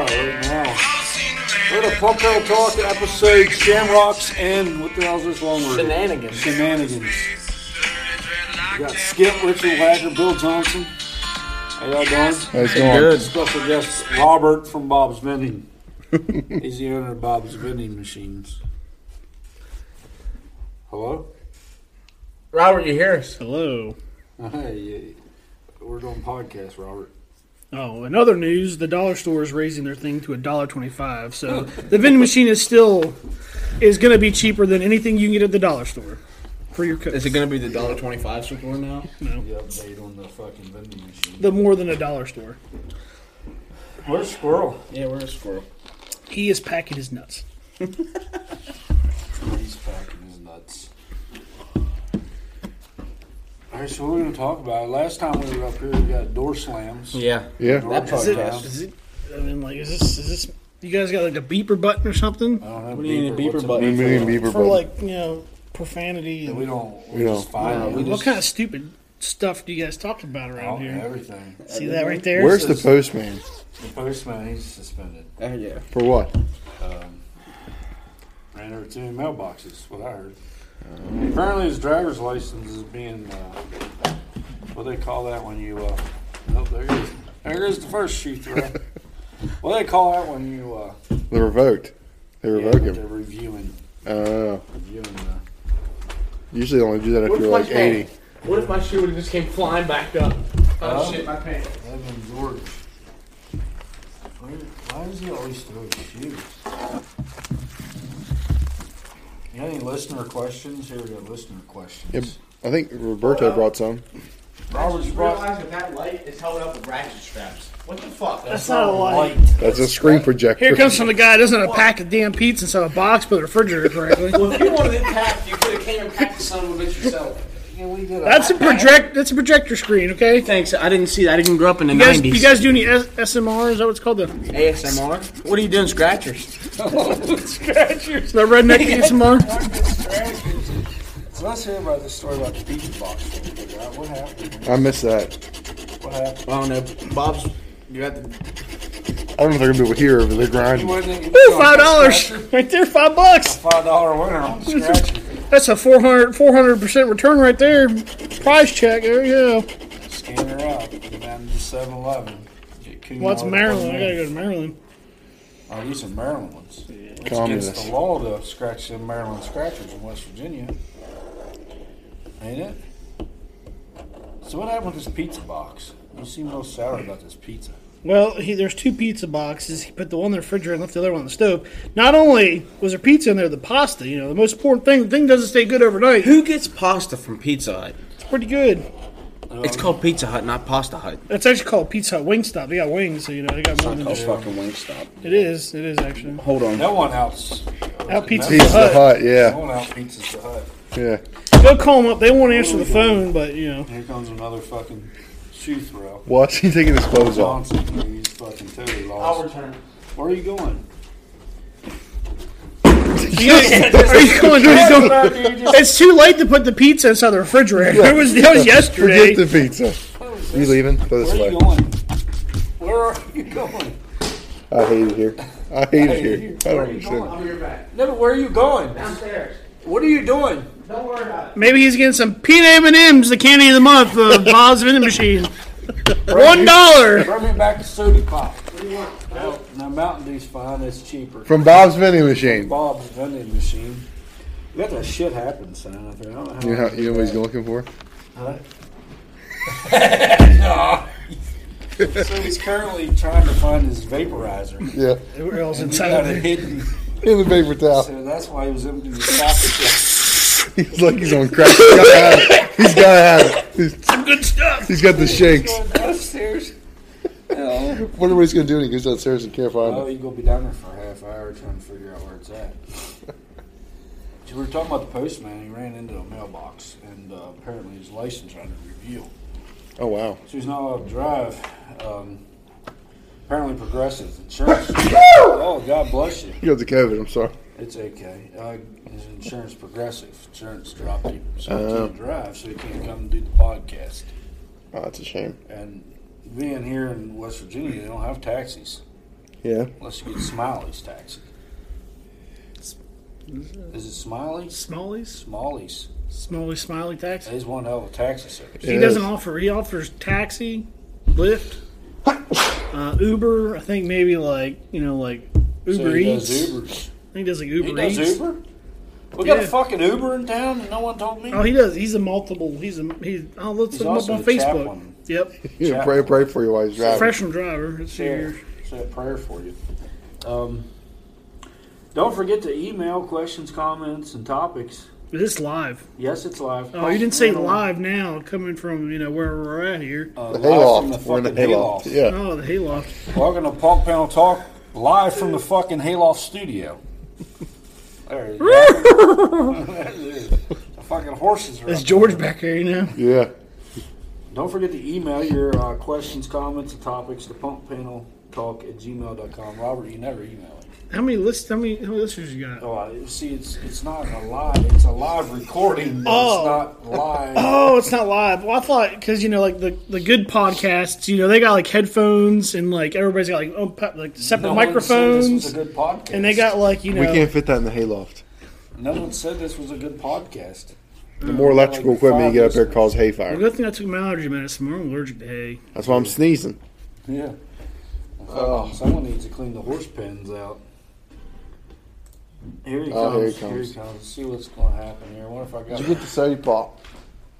right now. We're the Pucko Talk episode Shamrocks and what the hell's this long word? Shenanigans. Shenanigans. We got Skip, Richard Wagner, Bill Johnson. How y'all doing? That's going. Special guest Robert from Bob's Vending. He's the owner of Bob's Vending Machines. Hello? Robert, you hear us? Hello. Oh, Hey, we're doing podcast, Robert. Oh, in other news, the dollar store is raising their thing to a dollar twenty-five. So the vending machine is still is going to be cheaper than anything you can get at the dollar store for your cook. Is it going to be the dollar twenty-five store now? The update on the fucking vending machine. The more than a dollar store. Where's Squirrel? Yeah, we're a squirrel. He is packing his nuts. He's packing his nuts. All right, so what are we going to talk about? Last time we were up here, we got door slams. Yeah, Yeah. Door Is it, slams. is it? I mean, like, is this? Is this? You guys got like a beeper button or something I don't know. What do you need a beeper what's it- button? Million Bieber for button. like you know profanity We and don't. We We just don't. find No, it. we what kind of stupid stuff do you guys talk about around Oh, here? everything. See that right there? Where's the postman? The postman, he's suspended. Oh yeah. For what? Ran over two mailboxes, what I heard. Apparently, his driver's license is being, uh, what do they call that when you, uh, oh, there it is. There is the first shoe throw. what do they call that when you, uh, They revoked. They revoke they're him. reviewing, Oh. reviewing the. Usually they only do that if What you're if, like my pants- 80. what if my shoe would have just came flying back up? Oh, Oh. shit, my pants. Evan George. Why, why does he always throw his shoes? You got any listener questions? Here we go, listener Yep. questions. I think Roberto brought some. Robert's brought that that light is held up with ratchet straps. What the fuck? That's not a lie. light. That's a screen projector. Here comes from the guy that doesn't have a pack of damn pizza inside a box, but the refrigerator correctly. Well, if you wanted it packed, you could have came and packed the son of a bitch yourself. Yeah, we did a- That's a project. That's a projector screen. Okay. You Thanks. I didn't see that. I didn't grow up in the guys, you guys do any S- SMR? Is that what it's called? The, the ASMR. What are you doing, scratchers? redneck ASMR? So let's hear about the story about the pizza box. real quick, all right? What happened? I missed that. What happened? Well, no, Bob's. You got the. I don't know if they're gonna be able to hear over the You grind. wasn't- you Ooh, wasn't five dollars scratching? right there. Five bucks. Five dollar winner on scratch. That's a 400 percent return right there. Price check. There you go. Scan her out. Go down to 7 Eleven. Well, it's Maryland. I gotta go to Maryland. Oh, these are Maryland ones. It's against Communist. the law to scratch them Maryland scratchers in West Virginia. Ain't it? So what happened with this pizza box? You seem real sour about this pizza. Well, he, there's two pizza boxes. He put the one in the refrigerator and left the other one on the stove. Not only was there pizza in there, the pasta. You know, the most important thing. The thing doesn't stay good overnight. Who gets pasta from Pizza Hut? It's pretty good. It's called Pizza Hut, not Pasta Hut. It's actually called Pizza Hut Wingstop. They got wings, so you know they got more than It's just. fucking Wingstop. It is. It is actually. Hold on. No one else. Out Pizza Pizza Hut. Hut. No Yeah. one out pizzas the hut. Yeah. Go call them up. They won't answer the phone, but you know. Here comes another fucking shoe throw. Why is he taking his clothes off? Johnson, dude, he's fucking totally I'll lost. return. Where are you going? Are you going? What do you just- It's too late to put the pizza inside the refrigerator. It was that was yesterday. Forget the pizza. You leaving? Go this Where are way. you going? Where are you going? I hate it here. I hate it here. here. I Where don't are you understand. going? I'll be right back. No, but where are you going? Downstairs. What are you doing? Don't worry about it. Maybe he's getting some peanut M and M's, the candy of the month, the Bob's vending machine. One dollar. Bring me back the soda pop. What do you want? Now, now Mountain Dew's fine. It's cheaper. From Bob's vending machine. Bob's vending machine. Let that shit happen, son. I think- I don't know how You know, how- you know what he's looking for? so he's currently trying to find his vaporizer. Yeah. Where else He got inside? it of it? hidden, In the paper towel. so that's why he was emptying the pocket. He's like he's on crack. He's gotta have it. He's gotta have it. He's, Some good stuff. he's got the shakes. Going downstairs. No. Wonder what he's gonna do when he goes downstairs and can't find Oh, it. you gonna be down there for a half hour trying to figure out where it's at. So we were talking about the postman. He ran into a mailbox, and uh, apparently his license under review. Oh wow. So he's not allowed to drive. Um, apparently, Progressive Insurance. oh, God bless you. You got the COVID. I'm sorry. It's okay. Uh, his insurance progressive. Insurance dropped him, so he Oh. can't drive, so he can't come and do the podcast. Oh, that's a shame. And being here in West Virginia, they don't have taxis. Yeah. Unless you get Smiley's taxi. Is it Smiley's? Smalley's? Smalley's. Smalley Smiley Taxi? There's one hell of a taxi service. He Yes. doesn't offer. He offers taxi, Lyft, uh, Uber. I think maybe like you know like Uber so he Eats. does Ubers. I think he does like He Uber does Eats. Uber? We got a Yeah. fucking Uber in town and no one told me? Oh, he does. He's a multiple. He's a he. Oh, let's He's look him up also on a Facebook. chaplain. Yep, Yeah, pray, pray for you while he's driving. professional driver. It's Share. yours. Say a prayer for you. Um, don't forget to email questions, comments, and topics. But it's live. Yes, it's live. Oh, you didn't say live now. Coming from you know where we're at here. Uh, The live from the hayloft. We're in the fucking hayloft. hayloft. Yeah. Oh, the hayloft. Welcome to Punk Panel Talk, live from the fucking hayloft studio. There you go. the fucking horses are That's up. George back here, you know. Yeah. Don't forget to email your uh, questions, comments, and topics to punkpaneltalk at gmail.com. Robert, you never email it. How many list? How many, how many listeners you got? Oh, I, see, it's it's not a live, it's a live recording. But Oh. It's not live. Oh, it's not live. Well, I thought because you know, like the, the good podcasts, you know, they got like headphones and like everybody's got like oh, pa- like separate No one said this was microphones, a good podcast. and they got like you know. We can't fit that in the hayloft. No one said this was a good podcast. The more electrical Like equipment five you get up there listeners. causes hay Well, fire. good thing I took my allergy medicine. I'm allergic to hay. That's why I'm sneezing. Yeah. Oh, Someone needs to clean the horse pens out. Here he comes. Oh, here, here he he comes. comes. Let's see what's going to happen here. What if I got? Did you get the soda pop?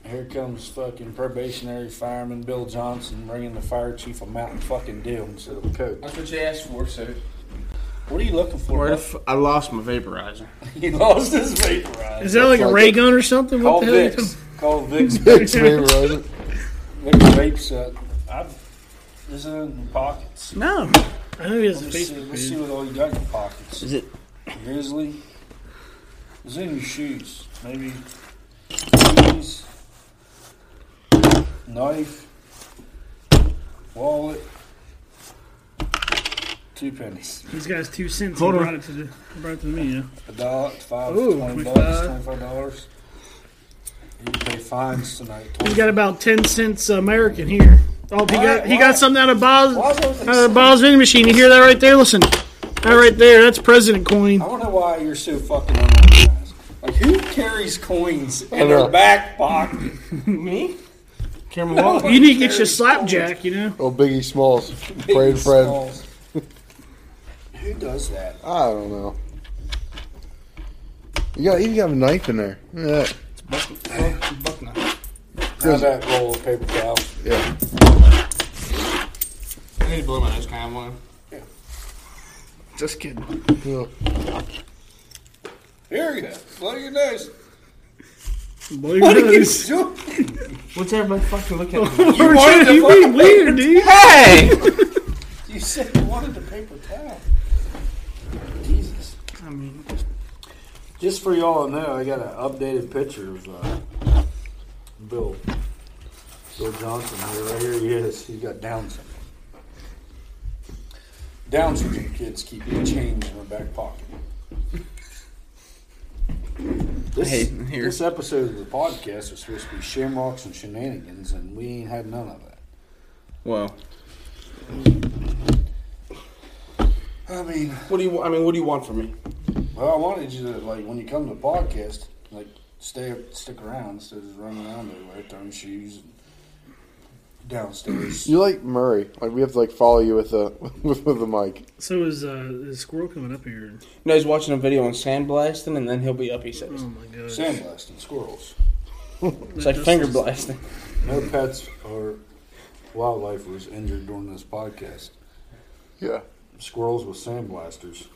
Here comes fucking probationary fireman Bill Johnson bringing the fire chief a mountain fucking deal instead of a coat. That's what you asked for, so. What are you looking for? Where the bud? f- I lost my vaporizer. he lost his vaporizer. Is that like a like ray it. gun or something? Call What the hell? you Vicks. Call Vicks. Big spin, Rosen. Their vapes. Uh, I've, is it in your pockets? talking- No, I know he has a Let's see, Facebook let's see page. what all you got in your pockets. Is it? Grizzly. It's in your shoes. Maybe keys, knife, wallet, two pennies, These guys two cents. Hold he on. brought it to the brought it to me. Yeah. a dollar, five, Ooh, twenty bucks, 25. twenty-five dollars. You pay fines tonight. He got about ten cents American here. Oh, he got he got something out of Bob's Why out was it- of Bob's vending machine. You hear that right there? Listen, that right there. That's President coin. I wonder why you're so fucking unorganized. Like, who carries coins in their know. back pocket? Me? Cameron Wallace. You need to get your slapjack. You know. Oh, Biggie Smalls. Praying friend. Smalls. Who does that? I don't know. You got even got a knife in there. Look at that. How's that roll of paper towel? Yeah. I need to blow my nose. Can I have one? Just kidding. Yeah. Here you go. Blow your nose. Blow your nose. You What's everybody fucking looking at? We're trying wanted to to be fucking- weird, dude. hey! you said you wanted the paper towel. Jesus. I mean, Just for y'all to know, I got an updated picture of uh, Bill. Bill Johnson here. Right here he is. He's got Down syndrome. Down syndrome kids keep change in their back pocket. This, Hey, here. this episode of the podcast was supposed to be shamrocks and shenanigans, and we ain't had none of that. Well, I mean, what do you? wa- I mean, what do you want from me? well, I wanted you to like when you come to the podcast, like stay stick around instead of just running around everywhere, throwing shoes and downstairs. You like Murray? Like we have to like follow you with the with, with the mic. so is uh, is squirrel coming up here? No, he's watching a video on sandblasting, and then he'll be up. He says Oh my god! Sandblasting squirrels. it's like finger blasting. No pets or wildlife was injured during this podcast. Yeah. Squirrels with sandblasters.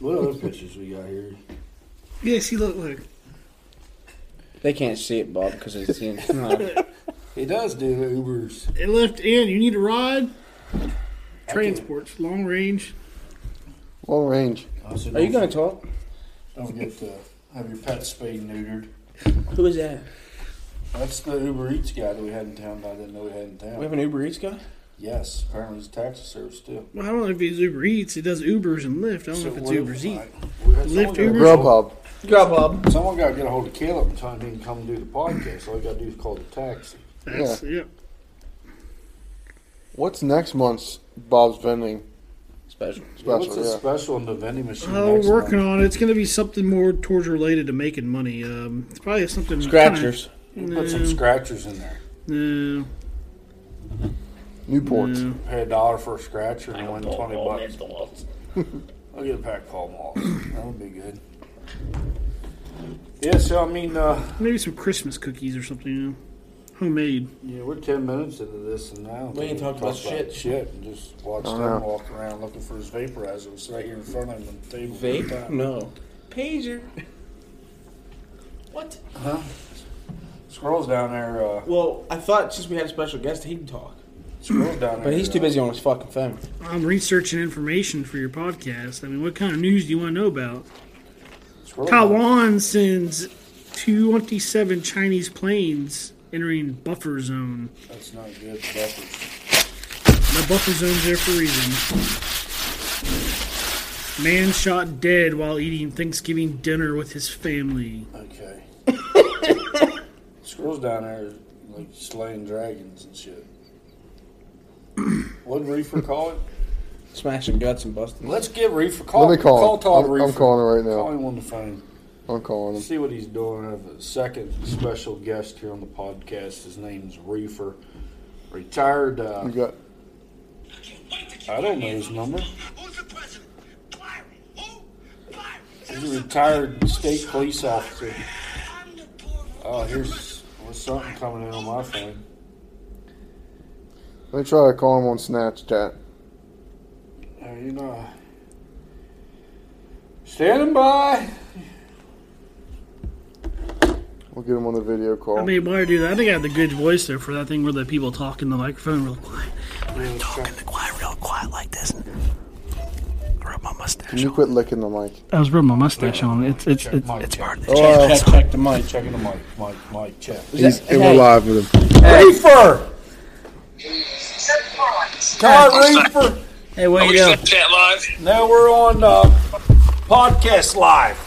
What other pictures we got here? Yeah, see, look, look. They can't see it, Bob, because it's in. He does do Ubers. It left in. You need a ride. Transports, long range. Long range. Also, Are you don't- gonna talk? Don't forget to have your pet spayed and neutered. Who is that? That's the Uber Eats guy that we had in town. That I didn't know we had in town. We have an Uber Eats guy. Yes, apparently it's a taxi service too. Well, I don't know if it's Uber Eats. It does Ubers and Lyft. I don't know if it's Uber's Eats. Lyft Uber? Grubhub. Grab Bob. Someone got to get a hold of Caleb and tell him he can come do the podcast. All you got to do is call the taxi. That's yeah. What's next month's Bob's vending Special. What's special. a Yeah. special in the vending machine? Oh, next we're working month? on it. It's going to be something more towards related to making money. Um, it's probably something Scratchers. You Put some scratchers in there. No, Newports. no. Pay a dollar for a scratcher and win twenty bucks. I'll get a pack of Pall Malls. That would be good. Yeah, so I mean, uh, Maybe some Christmas cookies or something. You know? Homemade. yeah, we're ten minutes into this, and now We ain't talked about shit. Shit, and just watch I them know. walk around looking for his vaporizer. It's right here in front of him on the table. Vape? No. Pager. What? Squirrel's down there. Uh, Well, I thought since we had a special guest, he can talk. squirrel's down there. But he's too busy on his fucking phone. I'm researching information for your podcast. I mean, what kind of news do you want to know about? Squirrel Taiwan sends 27 Chinese planes entering buffer zone. That's not good. Buffers. The buffer zone's there for a reason. Man shot dead while eating Thanksgiving dinner with his family. Okay. Squirrel's down there like slaying dragons and shit. What Reefer call it? Smashing guts and busting. Let's get Reefer. Call, Let me call him. Todd I'm- I'm Reefer. calling him right now. Call him on the phone. I'm calling him. See what he's doing. I have a second special guest here on the podcast. His name's Reefer. Retired. Uh, You got I don't know his number. He's a retired state police officer. Oh, here's well, something coming in on my phone. Let me try to call him on Snapchat. Are you know, standing by. We'll get him on the video call. I mean, why do that? I think I had the good voice there for that thing where the people talk in the microphone real quiet. Quiet, real quiet like this. I rub my mustache. Can you quit licking the mic? I was rubbing my mustache on. It's it's Check, it's, mic it's check. hard. Check, check, check the mic. Checking the mic, mic, mic. Check. Oh, He's, and we're live with him. Reefer, Todd Reefer. Hey, what you doing? Snapchat live. Now we're on uh, podcast live.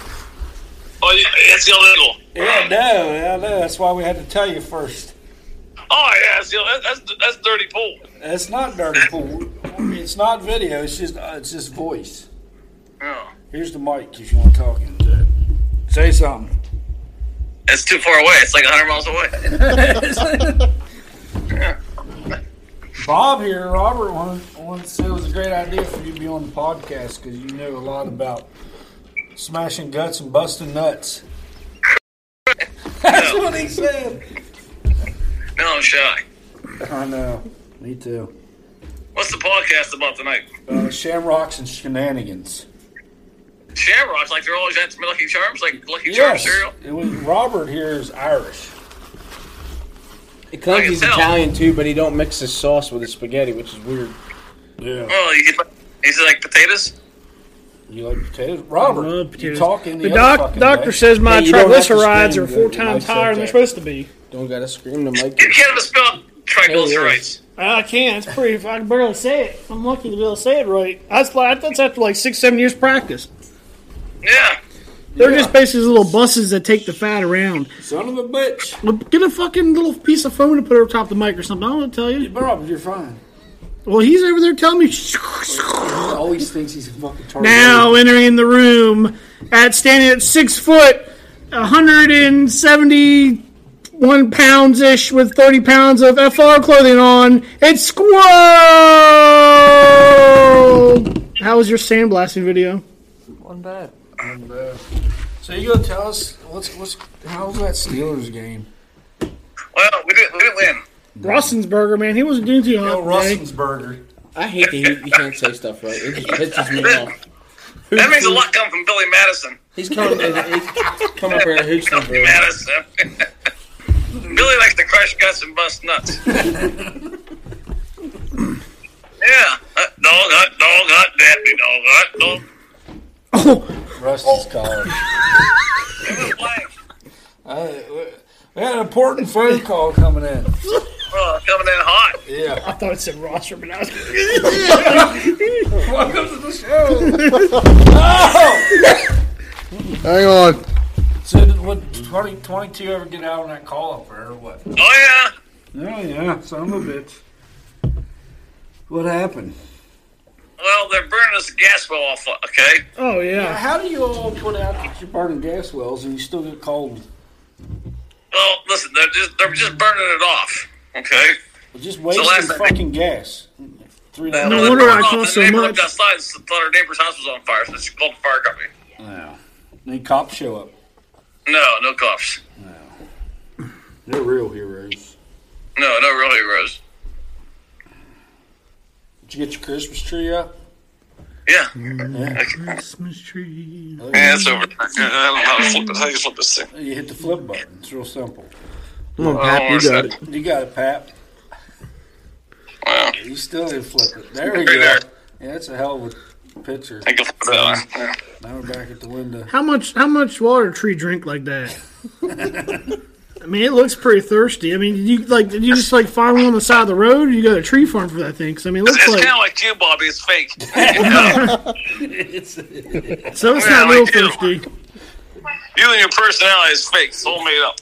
Oh, yeah, it's illegal. Yeah, no, yeah, no. That's why we had to tell you first. Oh yeah, it's Ill- that's that's dirty pool. It's not dirty pool. It's not video. It's just uh, it's just voice. Yeah. Here's the mic if you want to talk into it. Say something. It's too far away. It's like 100 miles away. Bob here, Robert, once, once said it was a great idea for you to be on the podcast because you know a lot about smashing guts and busting nuts. That's what he said. No, I'm shy. I know. Me too. What's the podcast about tonight? Uh, shamrocks and shenanigans. Shamrocks, like they're always after Lucky Charms, like Lucky Charms Yes, cereal. it was Robert here is Irish. It claims can he's tell. Italian too, but he don't mix his sauce with his spaghetti, which is weird. Yeah. Well, Oh, you get, is it like potatoes? You like potatoes, Robert? Love You potatoes. talking the, The other doc, fucking day. doctor says my Hey, you don't have to triglycerides scream, are four dude. times Mike said higher than they're that. supposed to be. Don't gotta scream to Mike. You can't even spell triglycerides. I can't. It's pretty. I can barely say it. I'm lucky to be able to say it right. That's like that's after like six, seven years practice. Yeah. They're just basically little buses that take the fat around. Son of a bitch. Well, Get a fucking little piece of foam to put over top of the mic or something. I don't want to tell you. Robert, you're fine. Well, he's over there telling me. He always thinks he's a fucking target. Now entering the room at standing at six foot, 171 pounds ish with 30 pounds of FR clothing on. It's Squirrel. How was your sandblasting video? And, uh, so you gonna tell us what's what's how's that Steelers game? Well, we didn't, we didn't win. Rossensberger, man, he wasn't doing too Bill hot. today. Russensberger. I hate that he, he can't say stuff right. It just pisses me off. That means a lot come from Billy Madison. He's coming. He's coming for a hooch Billy number. Madison. Billy likes to crush guts and bust nuts. yeah, hot dog, hot dog, hot daddy dog, hot dog. Rusty's calling. It was blank. I- we had an important phone call coming in. Oh, coming in hot. I thought it said Rosser, but I was. Welcome to the show. Hang on. So did what 20, 22 ever get out on that call up there or what? Oh yeah. Oh yeah, son of a bitch. What happened? Well, they're burning us gas well off. Okay. Oh yeah. How do you all put out that you're burning gas wells and you still get cold? Well, listen, they're just they're just burning it off. Okay. Just last wasting thing- fucking gas. Three No, dollars. they wonder burned I off. cost so the neighbor looked much. outside and thought her neighbor's house was on fire, so she called the fire company. Yeah. Any cops show up? No, no cops. They're real heroes. No, no real heroes. Did you get your Christmas tree up? Yeah. Christmas tree. Yeah, it's over. I don't know how to flip this. How do you flip this thing? You hit the flip button. It's real simple. Come on, Oh, Pat, you it's got not- it. You got it, Pap. Wow. You still didn't flip it. There we Right go. there. Yeah, that's a hell of a picture. I can flip that one. Yeah. Now we're back at the window. How much? How much water tree drink like that? I mean, it looks pretty thirsty. I mean, did you like? Did you just like find one on the side of the road? Or you go to a tree farm for that thing? 'Cause, I mean, it It's, looks like kind of like you, Bobby. It's fake. It's so it's Yeah, not real like you. thirsty. You and your personality is fake. It's all made up. a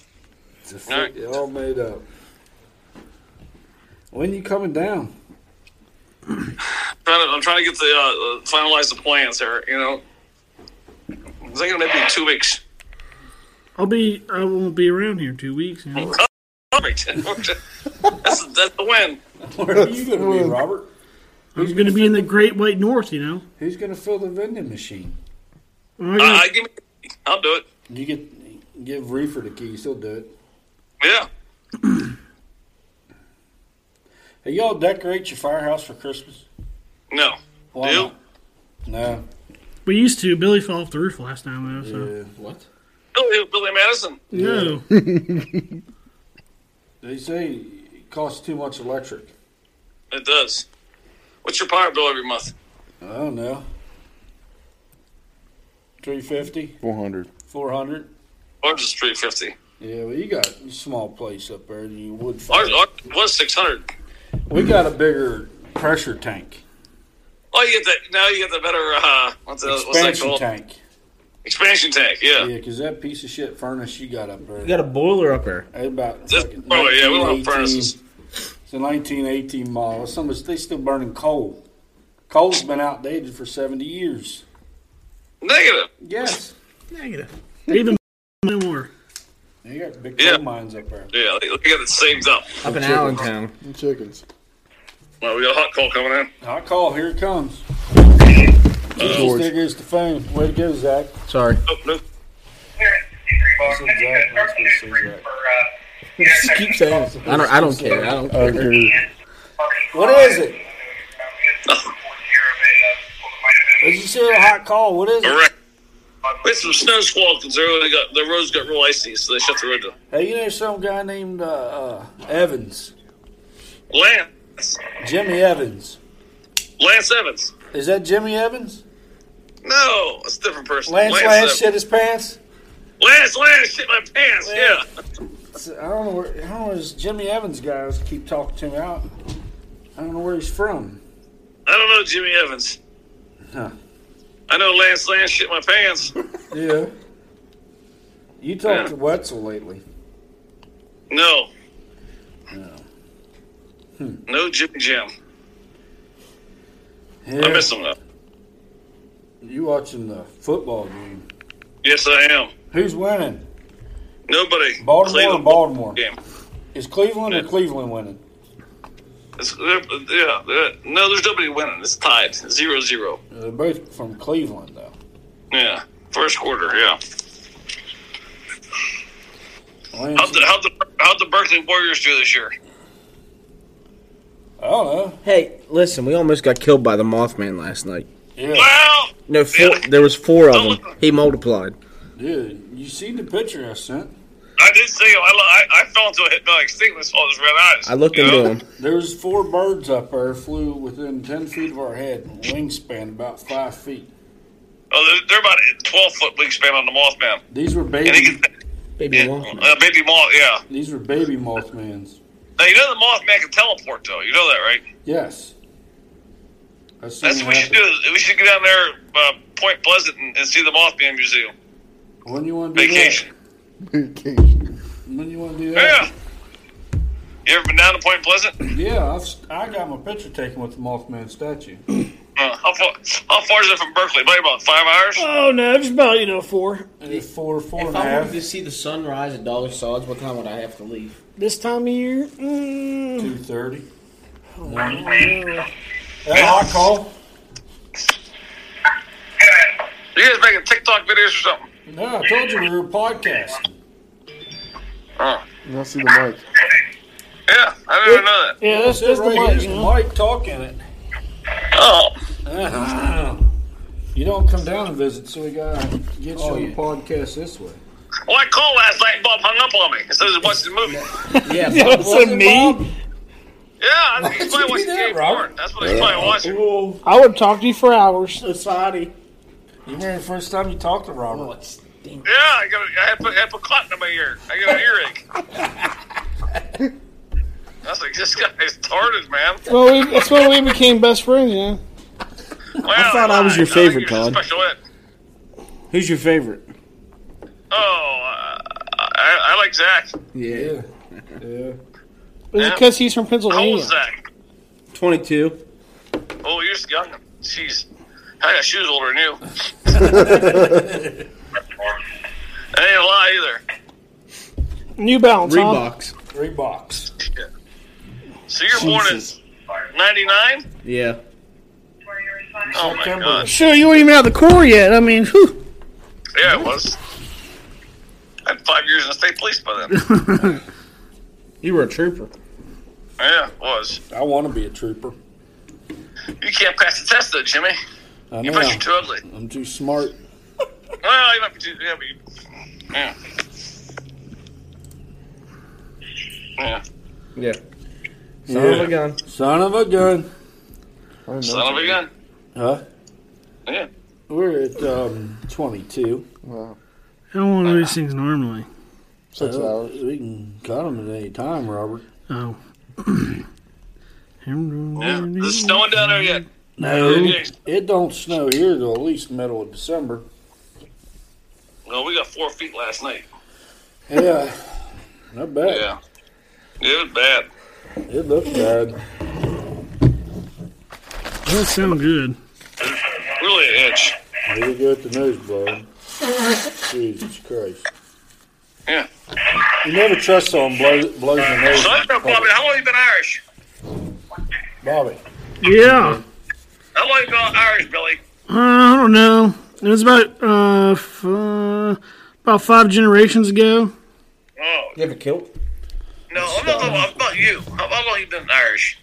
flip. It all made up. When you coming down? trying to, I'm trying to get the uh, uh, finalize the plans here. You know, it's like gonna be two weeks. I'll be. I won't be around here in two weeks. You know? Perfect. that's that's the win. Where are you going to be, Robert? I'm going to be in the Great White North. You know. Who's going to fill the vending machine? I'm not Uh, gonna- I give me. I'll do it. You get give Reefer the keys. He'll do it. Yeah. Hey, y'all decorate your firehouse for Christmas? No. Why Do? not? No. we used to. Billy fell off the roof last time though. So Yeah. What? Billy, Billy Madison. no. They say it costs too much electric. It does. What's your power bill every month? I don't know. 350, 400. 400. Ours is three fifty. Yeah, well, you got a small place up there, and you would Ours, find. ours was six hundred. We got a bigger pressure tank, Oh, you get that now. You get the better. Uh, what's, the, what's that expansion called? tank. Expansion tank. Yeah, Yeah. 'cause that piece of shit furnace you got up there, You got a boiler up there. it's about This- fucking oh yeah, we don't 1918 have furnaces. It's a 1918 model. Some of us- they still burning coal. Coal's been outdated for 70 years. Negative. Yes, Negative. Even no more. you got big Yeah. coal mines up there. Yeah, they, they got it saved up. Up in Allentown. And chickens. Well, we got a hot call coming in. I call. Here it comes. George. There goes the phone. Way to go, Zach. Sorry. Oh, no. Said Zach. Must be said Zach. Just keep saying it. I don't, I don't care. I don't care. Okay. What is it? Did Did you see a hot call? What is All it? right. We had some snow squall because they got the roads got real icy, so they shut the road down. Hey, you know some guy named uh, uh, Evans, Lance, Jimmy Evans. Lance Evans. Is that Jimmy Evans? No, it's a different person. Lance Lance Evans. shit his pants. Lance, Lance, shit my Lance. pants. Yeah. It's- I don't know where. I don't know where this Jimmy Evans guys keep talking to me out. I don't know where he's from. I don't know Jimmy Evans. Huh. I know Lance, Lance, shit my pants. Yeah. You talked to Wetzel lately. No. Hmm. No Jimmy Jim. I Yeah. miss him though. You watching the football game? Yes, I am. Who's winning? Nobody. Baltimore or Cleveland Baltimore? game. Is Cleveland or Yeah. Cleveland winning? It's, they're- yeah, they're- no, there's nobody winning. It's tied. Zero zero. They're both from Cleveland though. Yeah. First quarter, yeah. How'd Lance, the, how'd, the, how'd the Berkeley Warriors do this year? I don't know. Hey, listen, we almost got killed by the Mothman last night. Yeah. Well, No, four, there was four of them. He multiplied. Dude, you seen the picture I sent? I did see him. I, lo- I, I fell into a hypnotic state with all his red eyes. I looked you know? into him. There was four birds up there flew within ten feet of our head, wingspan about five feet. Oh, they're, they're about a 12 foot wingspan on the Mothman. These were And he baby. can, Baby yeah, Mothman. uh, baby moth, yeah. These were baby mothmans. Now, you know the Mothman can teleport, though. You know that, right? Mm-hmm. Yes. That's, That's what we should do. We should go down there, uh, Point Pleasant, and, and see the Mothman Museum. When you want to do Vacation. Vacation. that? When you want to do Yeah. that? You ever been down to Point Pleasant? Yeah. I've, si got my picture taken with the mothman statue. Uh, how, far, how far is it from Berkeley? Maybe about five hours. Oh no, just about you know four. Maybe four, four If and a I half. wanted to see the sunrise at Dollar Sods, what time would I have to leave? This time of year, mm, Two thirty. Oh, no. That hot call? You guys making TikTok videos or something? No, I told you we were a podcast. Uh, Now see the mic. yeah, I didn't even know that. yeah, that's, That's that's it the right mic. here's You the know? mic talking it. Oh, You don't come down and visit, so we gotta get you Oh, on the yeah. podcast this way. well, I called last night. Bob hung up on me. He says he's watching the movie. Yeah, Yeah, so me, Yeah, I think he's Why'd probably you do watching that, Game Robert? Four. That's what he's probably watching. Whoa. I would talk to you for hours. Society. You remember the first time you talked to Robert? Oh, it stinks. Yeah, I got a, I had, put, I had put cotton in my ear. I got an earache. That's like this guy is retarded, man. Well, we, that's when we became best friends. You know, Wow, thought I was your think favorite, you're just Todd. Special ed. Who's your favorite? Oh, uh, I, I like Zach. Yeah, Yeah. Yeah. was it because he's from How old Pennsylvania? is Zach? twenty-two. Oh, you're just young. Jeez, I got shoes older than you. I ain't a lie either. New Balance. Huh? Reeboks. Three box. So you're born in '99? Yeah. Oh my September. god! Sure, you weren't even out of the core yet. I mean, whew. Yeah, it was. I had five years in the state police by then. You were a trooper. yeah, it was. I want to be a trooper. You can't pass the test though, Jimmy. I You know. bet you're too ugly. I'm too smart. Well, you might be too. Yeah, but you, yeah. Yeah. Yeah. Son of a gun. Son of a gun. I don't know. Son of a gun. Huh? Yeah. We're at um, 22. Wow. I don't want to do these things normally. Six Uh, hours. We can cut them at any time, Robert. Oh. Yeah. Is it snowing down there yet? No. It don't snow here till at least middle of December. Well, we got four feet last night. Yeah. I bet. Yeah. It was bad. It looks bad. Doesn't sound good. Really an itch. Here we go at the nosebleed. Jesus Christ. Yeah. You never trust someone blows, blows your nose. So I don't know, Bobby, how long you been Irish? Bobby. Yeah. How long you been Irish, Billy? Uh, I don't know. It was about uh, f- uh about five generations ago. Oh, You have a kilt? no, I'm not talking about- about you. How how long you been Irish?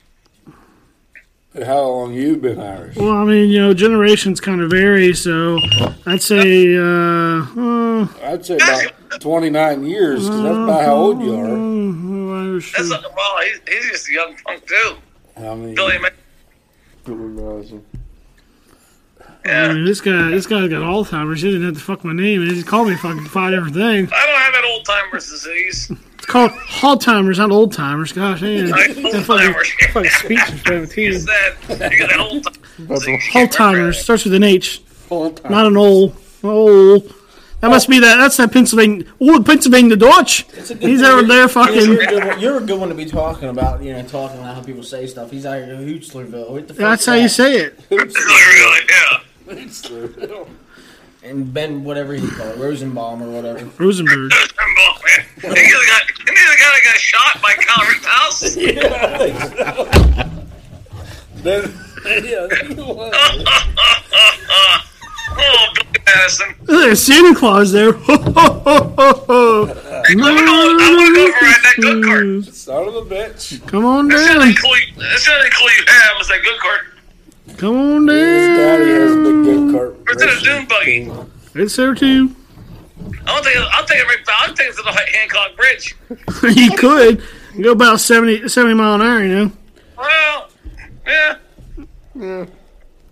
How long you been Irish? Well, I mean, you know, generations kind of vary, so I'd say uh, uh, I'd say about 29 years, 'cause that's about how old you are. Irish. That's not, well, he, he's just a young punk, too. I mean, Billy, man. Billy Madison. I mean, this guy, this guy's got Alzheimer's. He didn't have to fuck my name. He just called me fucking five different things. I don't have that old timer's disease. It's called Alzheimer's, not old timers. Gosh, man, Like, that old fucking, timers. fucking speech is bad with Is you. that you got that old disease? Alzheimer's starts with an H, full-time. not an old. Oh, that must be that. That's that Pennsylvania. Oh, Pennsylvania Dutch. He's out there fucking. You're a, good one, you're a good one to be talking about, you know, talking about how people say stuff. He's out here in Hoochlerville. What the fuck That's how you say it. Really, yeah. And Ben, whatever he called it, Rosenbaum or whatever. Rosenberg. He the guy that got shot by Conrad House? Then, yeah, Oh, Billy Madison. Look, there's Santa Claus there. Ho, ho, ho, ho, ho. I wanna go for that go kart. son of a bitch. Come on That's the down. only clue you- that's the only clue you have is that good card. Come on His daddy has a down. big go kart. Or is it a dune buggy? It's there too. I'll take it. I'll take it right back. I'll take it to the Hancock Bridge. he could go about 70, 70 mile an hour, you know. Well, yeah.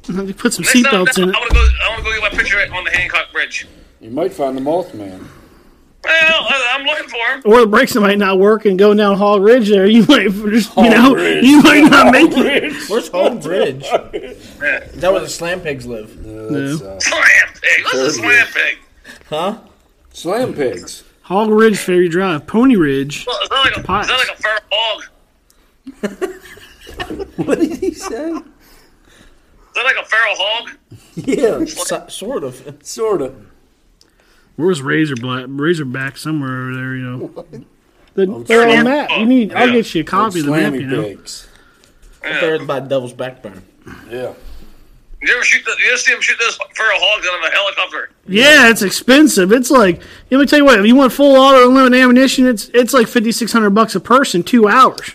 They put some Next time I'm seatbelts in it. down, I want to go. I want to go get my picture on the Hancock Bridge. You might find the Mothman. Well, I- I'm looking for him. Or the brakes might not work and go down Hall Ridge there. You might just, you know, Ridge. you might not make it. Where's Home Bridge? Is that where the slam pigs live? Uh, that's, uh, Slam pig. What's a slam pig? Huh? slam pigs. Hall Ridge Ferry Drive, Pony Ridge. Well, It's not like a, it's not like a fair hog. What did he say? It's that like a feral hog? Yeah, so, sort of. Sort of. Where's Razor Black? Razorback somewhere over there, you know. The, they're on that. You need. I'll Yeah. get you a copy of the map. You Slammy know. pigs. Yeah. Third by Devil's Backbone. Yeah. You ever shoot? The, you ever see him shoot those feral hogs out of a helicopter? Yeah, it's expensive. It's like let me tell you what. If you want full auto unlimited ammunition, it's it's like fifty six hundred bucks a person, two hours.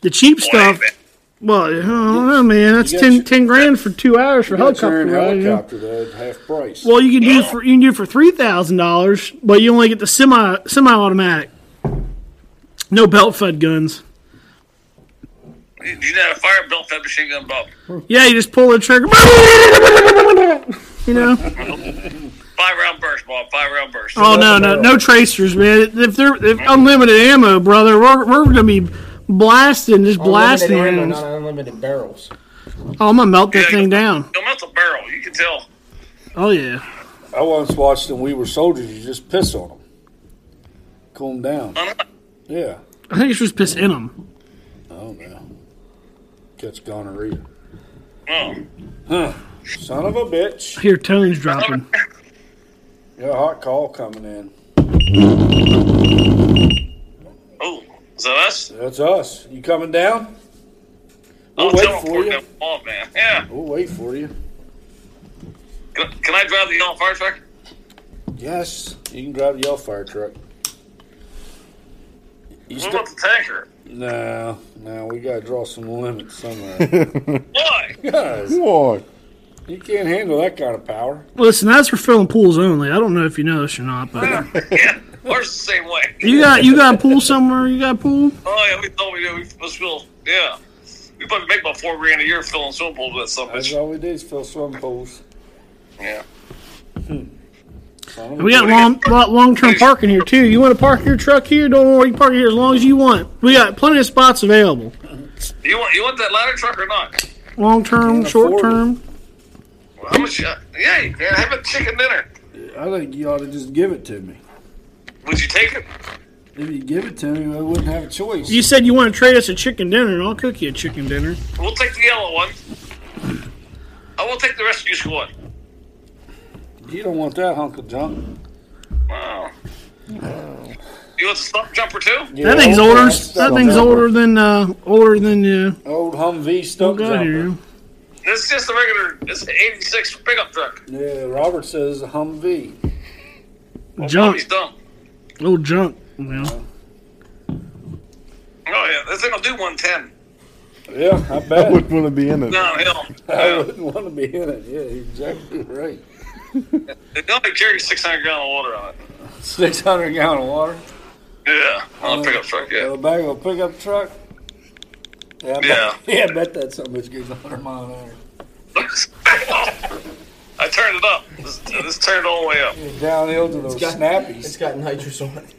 The cheap stuff. Boy, Well, I don't know, man. That's got 10, your- 10 grand for two hours for That's your own helicopter ride. you know? helicopter, though, at half price. Well, you can do it for you can do it for three thousand dollars, but you only get the semi semi automatic. No belt fed guns. You you know how to fire a belt fed machine gun, Bob. Yeah, you just pull the trigger. You know? Five round burst, Bob. Five round burst. Oh no, no, no tracers, man. If they're if unlimited ammo, brother, we're, we're gonna be blasting, just blasting Unlimited ammo, rounds. not unlimited barrels. Oh, I'm gonna melt that Yeah, thing you- down. Don't melt a barrel. You can tell. Oh yeah. I once watched them. We were soldiers. You just piss on them, cool them down. I'm not- Yeah. I think it's just piss in them. Oh no. Catch gonorrhea. Oh. Son of a bitch. Hear tones dropping. Got a hot call coming in. Oh. Is that us? That's us. You coming down? I'll We'll wait tell him for before you. you. Oh, man. Yeah. We'll wait for you. Can, can I drive the all fire truck? Yes. You can drive the y'all fire truck. You What still? about the tanker? No, no. We gotta draw some limits somewhere. Why? Guys, Why? you can't handle that kind of power. Listen, that's for filling pools only. I don't know if you know this or not, but yeah. Ours the same way. you got you got a pool somewhere. You got a pool. Oh yeah, we thought we did. We let's feel yeah. We probably make about four grand a year filling swimming pools with that That's something. all we do is fill swimming pools. Yeah. Son of a We got long long term parking here too. You want to park your truck here? Don't worry, you can park here as long as you want. We got plenty of spots available. You want you want that ladder truck or not? Long term, Can't short afford it. term. Well, How much? Uh, yeah, you can have a chicken dinner. bitch. I think you ought to just give it to me. Would you take it? If you give it to me, I wouldn't have a choice. You said you want to trade us a chicken dinner, and I'll cook you a chicken dinner. We'll take the yellow one. I will take the rescue squad. You don't want that hunk of junk. Wow. You want the stump jumper too? Yeah, that thing's old- older. that's That the thing's old- older than uh, older than uh, Old Humvee stump got jumper. here. This is just a regular. It's an '86 pickup truck. Yeah, Robert says a Humvee. Junk, He's dumb. old junk. You know. Oh yeah, this thing'll do 110. Yeah, I I bet. wouldn't want to be in it. No hell. I wouldn't want to be in it. Yeah, you're exactly right. It only carries 600 gallon of water on it. Six hundred gallon of water. Yeah, on a pickup truck. Yeah. A bag of a pickup truck. Yeah, I Yeah. Bet, yeah, I bet that's something as good as a hundred mile an hour. I turned it up. This, this turned all the way up. It's Downhill to those got- It's snappies. got nitrous on it.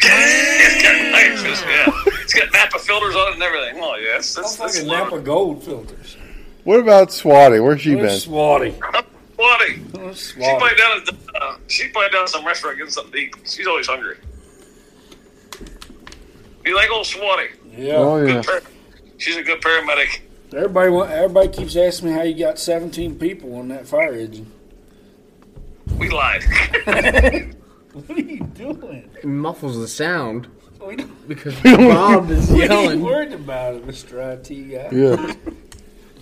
It's got nitrous, yeah. It's got Napa filters on it and everything. Well, yeah, it's, That's it's, it's fucking Napa. Napa Gold filters. What about Swati? Where's she been? Where's Swatty? Bloody. Where's She Swatty? played down at the, uh, she played down at some restaurant getting something to eat. She's always hungry. You like old Swatty? Yeah. Oh yeah. Good par- She's a good paramedic. Everybody, wa- everybody keeps asking me how you got seventeen people on that fire engine. We lied. What are you doing? It muffles the sound We don't- because Bob is What are you yelling. worried about it, Mr. IT guy? Yeah.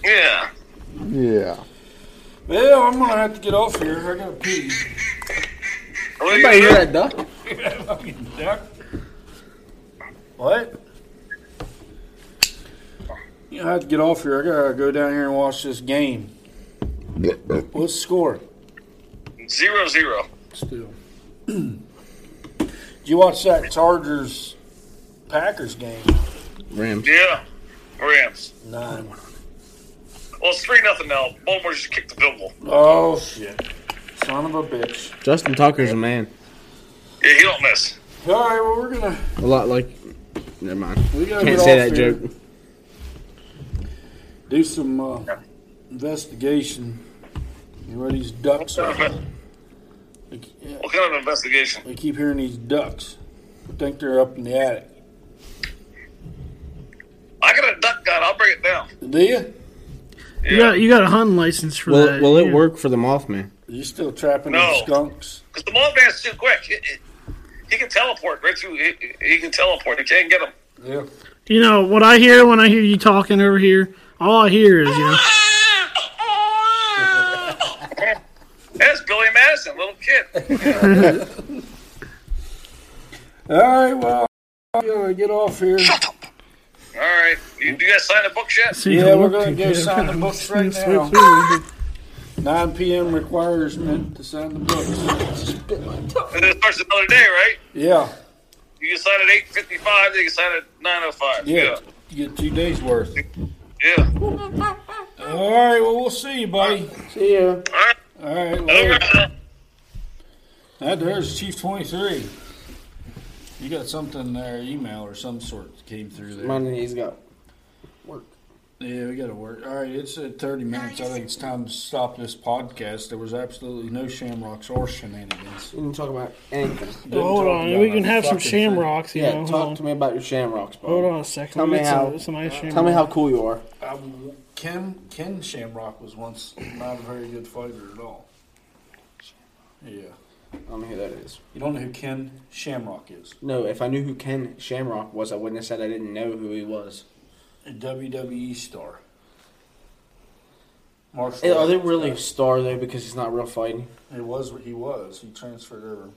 yeah. Yeah. Well, I'm gonna have to get off here. I gotta pee. What do you Anybody hear think? that duck? Fucking duck. What? You know, I have to get off here. I gotta go down here and watch this game. What's the score? Zero zero. Still. Did you watch that Chargers Packers game? Rams. Yeah. Rams. Nine. Well, it's three nothing now. Baltimore just kicked the field goal. Oh shit. Son of a bitch. Justin Tucker's a man. Yeah, he don't miss. All right. Well, we're gonna A lot like. Never mind. we gotta Can't get say off that here. joke. do some uh, investigation. You know where these ducks are. They, ke- yeah, What kind of investigation? they keep hearing these ducks. I think they're up in the attic. I got a duck gun. I'll bring it down. Do you? Yeah. You got you got a hunting license for Will, that. will it yeah. work for the Mothman? You still trapping No. the skunks? Because the Mothman's too quick. He, he- he can teleport right through. He, he can teleport. You can't get him. Yeah. You know what I hear when I hear you talking over here? All I hear is you know. That's Billy Madison, little kid. All right. Well, I gotta get off here. All right. You, you guys sign the book yet? Yeah, we're gonna go sign the books right now. 9 p.m. requires men to sign the books. And then it starts another day, right? Yeah. You can sign at 8.55, then you can sign at 9.05. Yeah. Yeah. You get two days worth. Yeah. All right. Well, we'll see you, buddy. See ya. All right. All right. Over. Later. That there's Chief 23. You got something there, email or some sort that came through there. Monday he's got work. Yeah, we got to work. All right, it's at 30 minutes. I think it's time to stop this podcast. There was absolutely no shamrocks or shenanigans. We didn't talk about anything. Didn't hold talk on, about we can a have some fucking thing. shamrocks. You Yeah, know, talk hold to on. me about your shamrocks, bro. Uh-huh. Hold on a second. Tell me Let how- some- somebody's Tell me shamrock. how cool you are. I w- Ken Ken Shamrock was once not a very good fighter at all. Yeah, I don't know who that is. you don't know who Ken Shamrock is. No, if I knew who Ken Shamrock was, I wouldn't have said I didn't know who he was. A WWE star. Martial Hey, Are they arts really a guy. star though? Because he's not real fighting. It was what he was. He transferred over.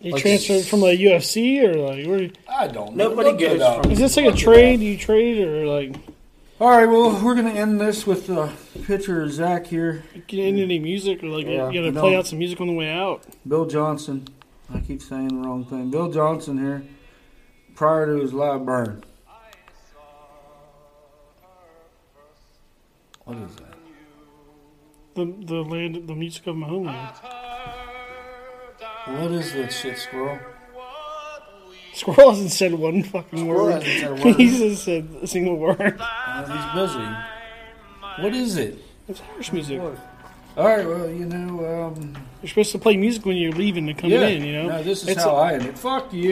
You Like- transferred from like UFC or like where? I don't. Nobody know. Look it goes up. from- Is this like a trade? You trade or like? All right. Well, we're gonna end this with a picture of Zach here. Get into any music or like Yeah. you gotta No. play out some music on the way out. Bill Johnson. I keep saying the wrong thing. Bill Johnson here, prior to his live burn. What is that? The the land the music of my homeland. What is that shit, squirrel? Squirrel hasn't said one fucking word. hasn't said a word. He's just said a single word. Uh, he's busy. What is it? It's Irish music. All right, well, you know, um, You're supposed to play music when you're leaving and coming yeah. in. You know. No, this is It's how I end it. Fuck you.